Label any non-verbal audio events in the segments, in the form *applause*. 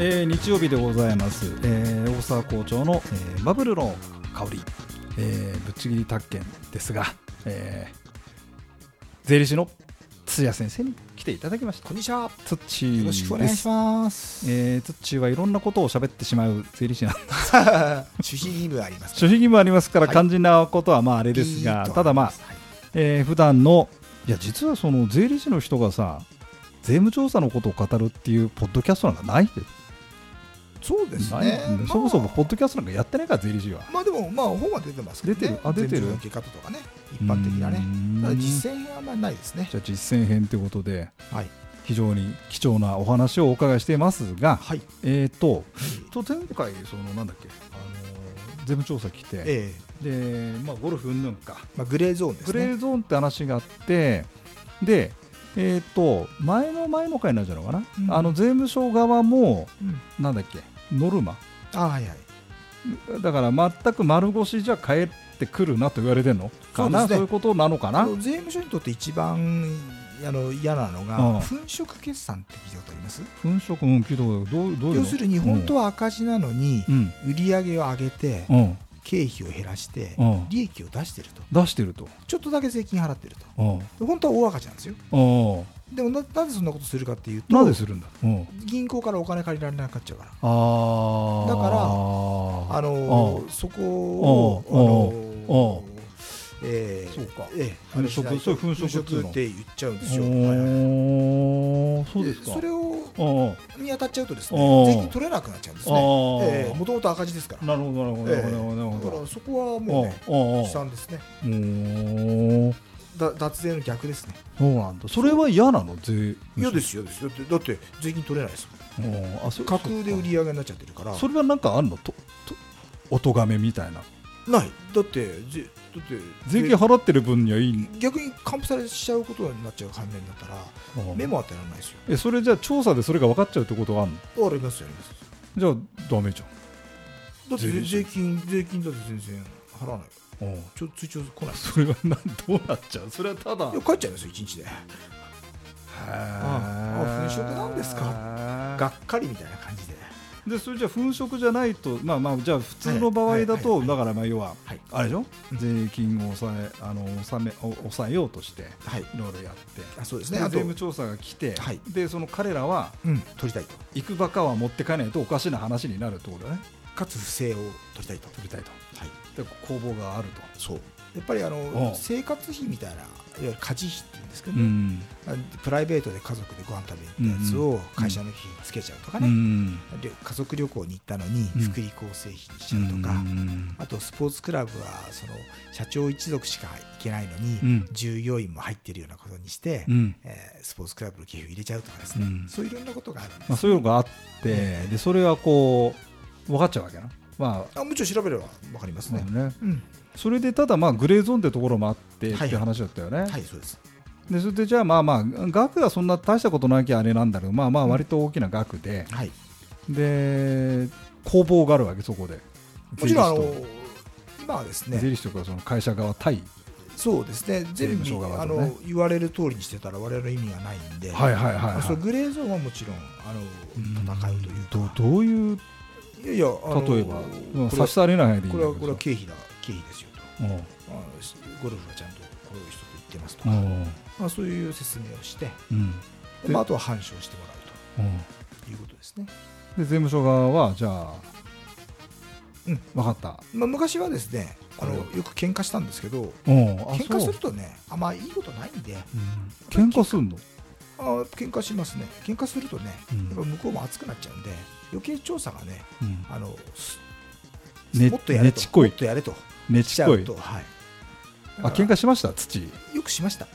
えー日曜日でございます、えー大沢校長の、えーバブルの香り、えーぶっちぎり宅建ですが、えー税理士の土屋先生に来ていただきましたこんにちは。土ですよろしくお願いします。えー、ツッチーはいろんなことを喋ってしまう *laughs* 税理士なんで主人義務ありますね。諸秘義もありますからはい肝心なことはまああれですが、ピーッとただまあは、いえー普段のいや実はその税理士の人がさ税務調査のことを語るっていうポッドキャストなんかないでそうですないねんで。まあそもそもポッドキャストなんかやってないから税理士はまあでもまあ本は出てますけどね。出てるあ出てる全部の受け方とかね、一般的なうーね。んただ実践はあんまりないですね。じゃあ実践編ということではい非常に貴重なお話をお伺いしていますがはい。えっ、とと前回そのなんだっけあの税務調査来て、ええ、で、まあ、ゴルフうんぬんか、まあグレーゾーンでグすレね。ーゾーンって話があって、で、えっと前の前の回になるんじゃないのかな、うんあの税務署側も、うんなんだっけ、ノルマ、あはいはい。だから全く丸腰じゃ帰ってくるなと言われてるのかな、そうでそうすねいうことなのかあな。の税務署にとって一番あの嫌なのうんが粉飾決算って聞いたことあります。粉飾、うん、聞いたことあるどうどういうの要するに本当は赤字なのにうん、売り上げを上げてうん、経費を減らしてうん利益を出してると。出してると。ちょっとだけ税金払ってると。うん、で本当は大赤字なんですよ。うん、でもななぜそんなことするかっていうとなぜするんだ。うん、銀行からお金借りられなくなっちゃうから、あーだからあのーそこを、あのーえーそうかえ粉え飾そういう粉飾っていうの粉って言っちゃうんですよ。はいはいおーそうですでか。それをあ見当たっちゃうとですおねう税金取れなくなっちゃうんですあね。ーもともと赤字ですから。なるほどなるほどなるほどなるだほかどらそこはもう、ね、うんうんうん悲惨ですね。おーだ脱税の逆ですね。そうなんだそれは嫌なの税すよですよ。だってだって税金取れないですもん。うんあそ架空で売り上げになっちゃってるから。それはなんかあんのととお咎めみたいなない。だってぜだって税金払ってる分にはいい逆に還付されちゃうことになっちゃう関連だったらメモは当てられないですよ。えそれじゃあ調査でそれが分かっちゃうってことはあんのありますよあります。じゃあダメじだって税税金金税金だって全然払わなゃい。んうんちょっと追徴来ない。それはなんどうなっちゃうそれはただいや帰っちゃいますよ一日で。ああ粉飾なんですかがっかりみたいな感じで。でそれじゃあ粉飾じゃないとまあまあじゃあ普通の場合だと、はいはいはいだからまあ要は、はいあれでしょうん税金を抑えあの納めお抑えようとしてはい。いろいろやってあそうですでね。税あと務調査が来て、はいでその彼らはうん取りたいと。行くばかは持ってかないとおかしな話になるってことだねかつ不正を取りたいと。取りたいとはい。で工房があるそう。やっぱりあうのん生活費みたいないわゆる家事費って言うんですけとど、ねあのプライベートで家族でご飯食べに行ったやつを会社の費につけちゃうとかうね。んで家族旅行に行ったのにうん福利厚生費にしちゃうとか、うんあとスポーツクラブはその社長一族しか行けないのに、うん従業員も入ってるようなことにして、うんえースポーツクラブの寄付入れちゃうとかですね、うんそういういろんなことがあるんです、まあ、そういうのがあって、でそれはこう分かっちゃうわけなまああもちろん調べれば分かりますまあね、ねうんそれでただまあグレーゾーンってところもあってっはいて話だったよね、はいそうですでそれでじゃあまあまあ額がそんな大したことなきゃあれなんだけどまあまあ割と大きな額で、はいで工房があるわけそこでもちろんあ税の理士今はですと税ね理士とかその会社側対そうですね全税務部、署側あとねの言われる通りにしてたら我々の意味がないんで、はいはいはい、まあそはのいグレーゾーンはもちろんあの戦うというか、どどういういやいやあの例えば、うんこれ差し障りない範囲でいいこんれだはけこれどは経費だ経費ですよとうんあのゴルフはちゃんとこういう人と言ってますとうか、んまあ、そういう説明をして、うんでまあ、あとは反証してもらううんということですね、で税務署側はじゃあ、うん分かった、まあ、昔はですねあのうんよく喧嘩したんですけどうん、あ喧そう嘩するとねあんまいいことないんでうん、喧嘩すんの、あ喧嘩しますね喧嘩するとねうんやっぱ向こうも熱くなっちゃうんで余計調査がねうんあのすねもっとやれねとちこいもっとやれとねしちちっゃこういと、はい、あ喧嘩しました土よくしました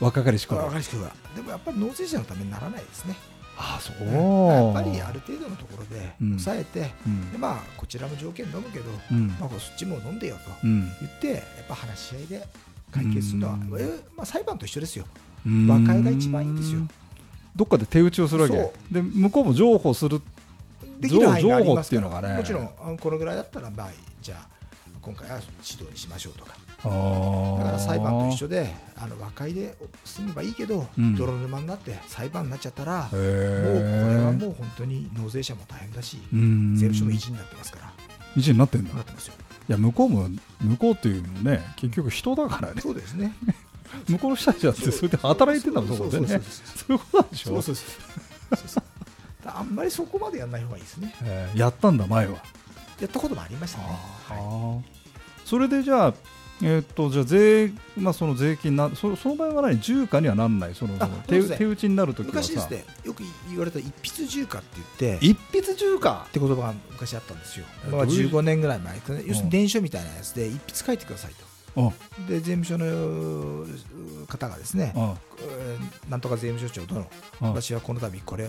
若かりし頃若い人がでもやっぱり納税者のためにならないですねあそうやっぱりある程度のところでうん抑えて、うんでまあ、こちらも条件飲むけど、うんまあ、そっちも飲んでよとうん言って、やっぱ話し合いで解決するのは、うんえまあ、裁判と一緒ですよ、うん和解が一番いいんですよどっかで手打ちをするわけそで向こうも譲歩するできる範囲がありま情報っすかていうのがら、ねもちろんあのこのぐらいだったら、まあ、じゃあ、今回は指導にしましょうとか、あだから裁判と一緒であの和解で済めばいいけど、、うん泥沼になって裁判になっちゃったらもうこれはもう本当に納税者も大変だし税務署も維持になってますから維持になってんだなってますよいや向こうも向こうっていうのもね結局人だからねそうですね向こうの人たちだ *laughs* ってそれで働いてたもんそこでねそういうことなんでしょそうそうそうあんまりそこまでやらない方がいいですね、えー、やったんだ前は、やったこともありましたね、はいそれでじゃあえー、っとじゃあ税、まあ、その税金なそ、その場合は何、重貨にはならない、そのその手手打ちになるときは昔ですね、よく言われた一筆重貨って言って、一筆重貨って言葉が昔あったんですよ、まあ、15年ぐらい前ですね、要するに伝書みたいなやつで、一筆書いてくださいと、うん、で税務署の方がですね、うんえー、なんとか税務署長殿、うん、私はこの度これ、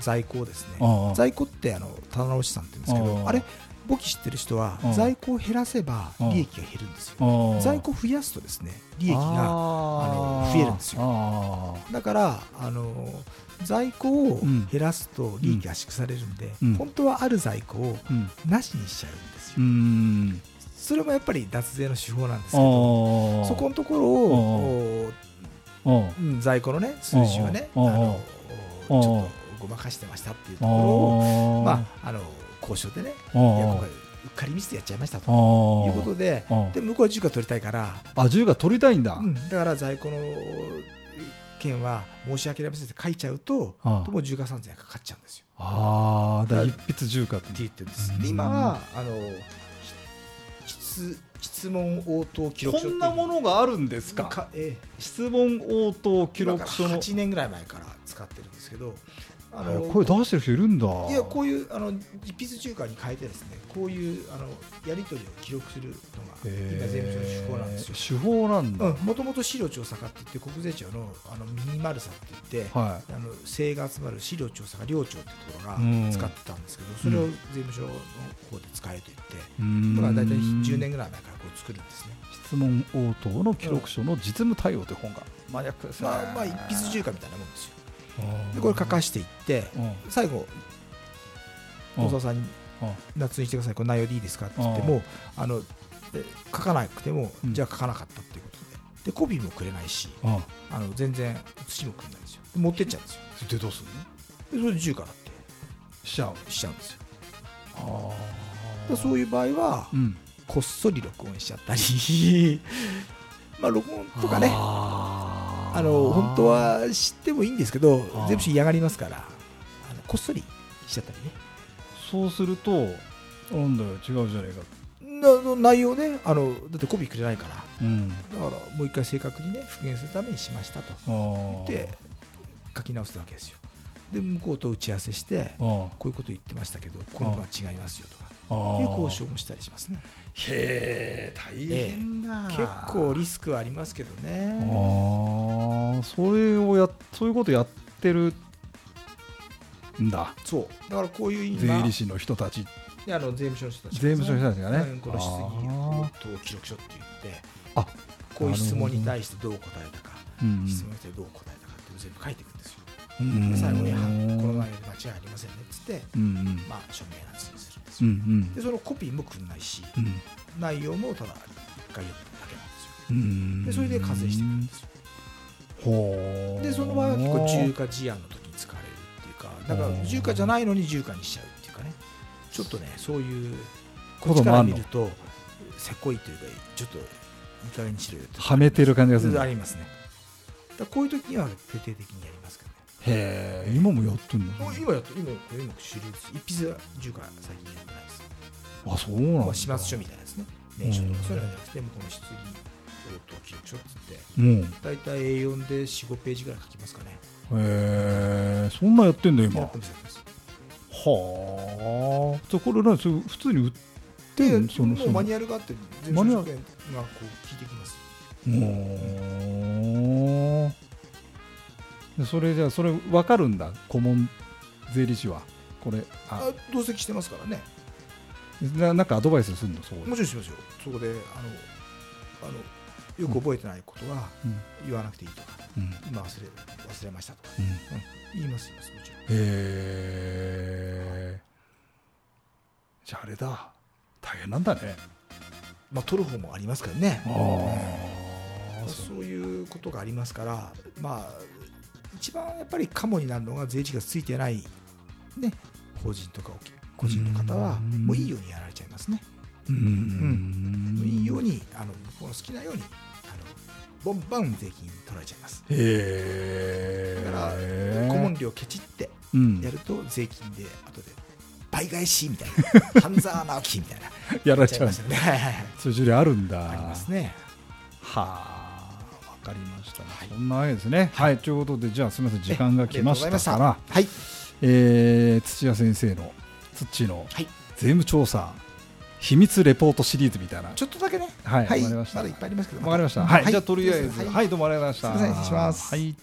在庫をですね、在庫ってあの棚卸さんって言うんですけど、あれ、簿記知ってる人は在庫を減らせば利益が減るんですよ、在庫増やすとですね利益があの増えるんですよだからあの在庫を減らすと利益が圧縮されるんで、うん、本当はある在庫をなしにしちゃうんですよ、それもやっぱり脱税の手法なんですけどそこのところを在庫のね数字をねあのちょっとごまかしてましたっていうところをまああの交渉でね、いや今回、うっかりミスでやっちゃいましたということで、で向こうは銃が取りたいから、あ銃が取りたいんだ、うん、だから在庫の件は申し訳ありませんって書いちゃうと、ともう重加算税がかかっちゃうんですよ。ああ、だ一筆重加って言ってるんです。で今はあの質質問応答記録書こんなものがあるんですかか、ええ、質問応答記録書の8年ぐらい前から使ってるんですけどあの声出してる人いるんだいやこういうあの一筆中間に変えてですねこういうあのやり取りを記録するのが今税務署の手法なんですよ手法なんだもともと資料調査課って言って国税庁のあのミニマルさって言って、はい、あの税が集まる資料調査課領庁ってところが使ってたんですけど、うん、それを税務署の方で使えと言って、だから大体10年ぐらい前からこう作るんですね質問応答の記録書の実務対応という本がマニアックですね、まあ、まあ一筆中間みたいなもんですよでこれ書かしていって、最後、大沢さんに夏にしてください、この内容でいいですかって言っても、あの書かなくても、じゃあ書かなかったっていうことで、でコピーもくれないし、あの全然写しもくれないんですよ、持ってっちゃうんですよ。で、どうするのそれで銃からってしちゃうしちゃうんですよ。あそういう場合は、こっそり録音しちゃったり *laughs* まあ録音とかね。あの本当は知ってもいいんですけど、税務署嫌がりますから、あのこっそりしちゃったりね。そうすると、なんだよ、違うじゃねえか。な内容ねあの、だってコピーくれないから、うん、だからもう一回正確にね、復元するためにしましたと言って、書き直すわけですよ。で、向こうと打ち合わせして、こういうこと言ってましたけど、この部は違いますよとか。いう交渉もしたりしますね。へえ、大変だ、ええ、結構リスクはありますけどね。ああ、それをや、そういうことやってる。んだ。そう、だからこういう税理士の人たち。あの税務署の人たち、ね、税務署の人たちがね、この質疑応答記録書って言って。あ、こういう質問に対してどう答えたか、うんうん、質問に対してどう答えたかって全部書いていくんですよ。最後にこの内容で間違いありませんねっつって、うんうん、まあ、署名なしにするんですよ、うんうん、でそのコピーもくんないし、うん、内容もただ1回読むだけなんですよ、でそれで課税してくるんですよ、うん、でその場合は結構重化事案の時に使われるっていうかだから重化じゃないのに重化にしちゃうっていうかねちょっとねそういうこっちから見るとせこいというかちょっといい加減にしろよはめてる感じがするありますねだこういう時には徹底的にやりますけどへえ、今もやってんの今やって、今、これ今主流です。一筆10回最近やってないです。あ、そうなんだ。始末書みたいなですね。年書とかそういうのじゃなくて、もこの質疑応答記録書っつって、大体 A4 で4、5ページぐらい書きますかね。へえ、そんなやってんだ、今。やってます、やってます。はあ。じゃこれ何それ普通に売ってんそのもうマニュアルがあって、全部書がこう聞いてきます。おお。それじゃそれ分かるんだ顧問税理士はこれあ同席してますからねななんかアドバイスするのそこもちろんしますよそこであのあのよく覚えてないことは言わなくていいとか、うん、今忘れ忘れましたとか、うんうん、言います言いますもちろんへえじゃああれだ大変なんだねまあ、取る方もありますからね、まあ、そういうことがありますから、まあ、一番やっぱり鴨になるのが税率がついてない、ね、法人とか個人の方はもういいようにやられちゃいますね。うん、うん、いいようにあの向こうの好きなようにあのボンバン税金取られちゃいますへだから顧問料ケチってやると税金で後で倍返しみたい *laughs* な半沢直樹みたいなやられちゃいましたね *laughs* そういう種類あるんだありますねはあ分かりました、ね、はい、そんなわけですねはい、はい、ということでじゃあすみません時間が来ましたからはいえー、土屋先生の土の税務調査、はい秘密レポートシリーズみたいなちょっとだけねはい、はい、まだいっぱいありますけどわかりました、はい、じゃとりあえずはい、どうもありがとうございました失礼しますはい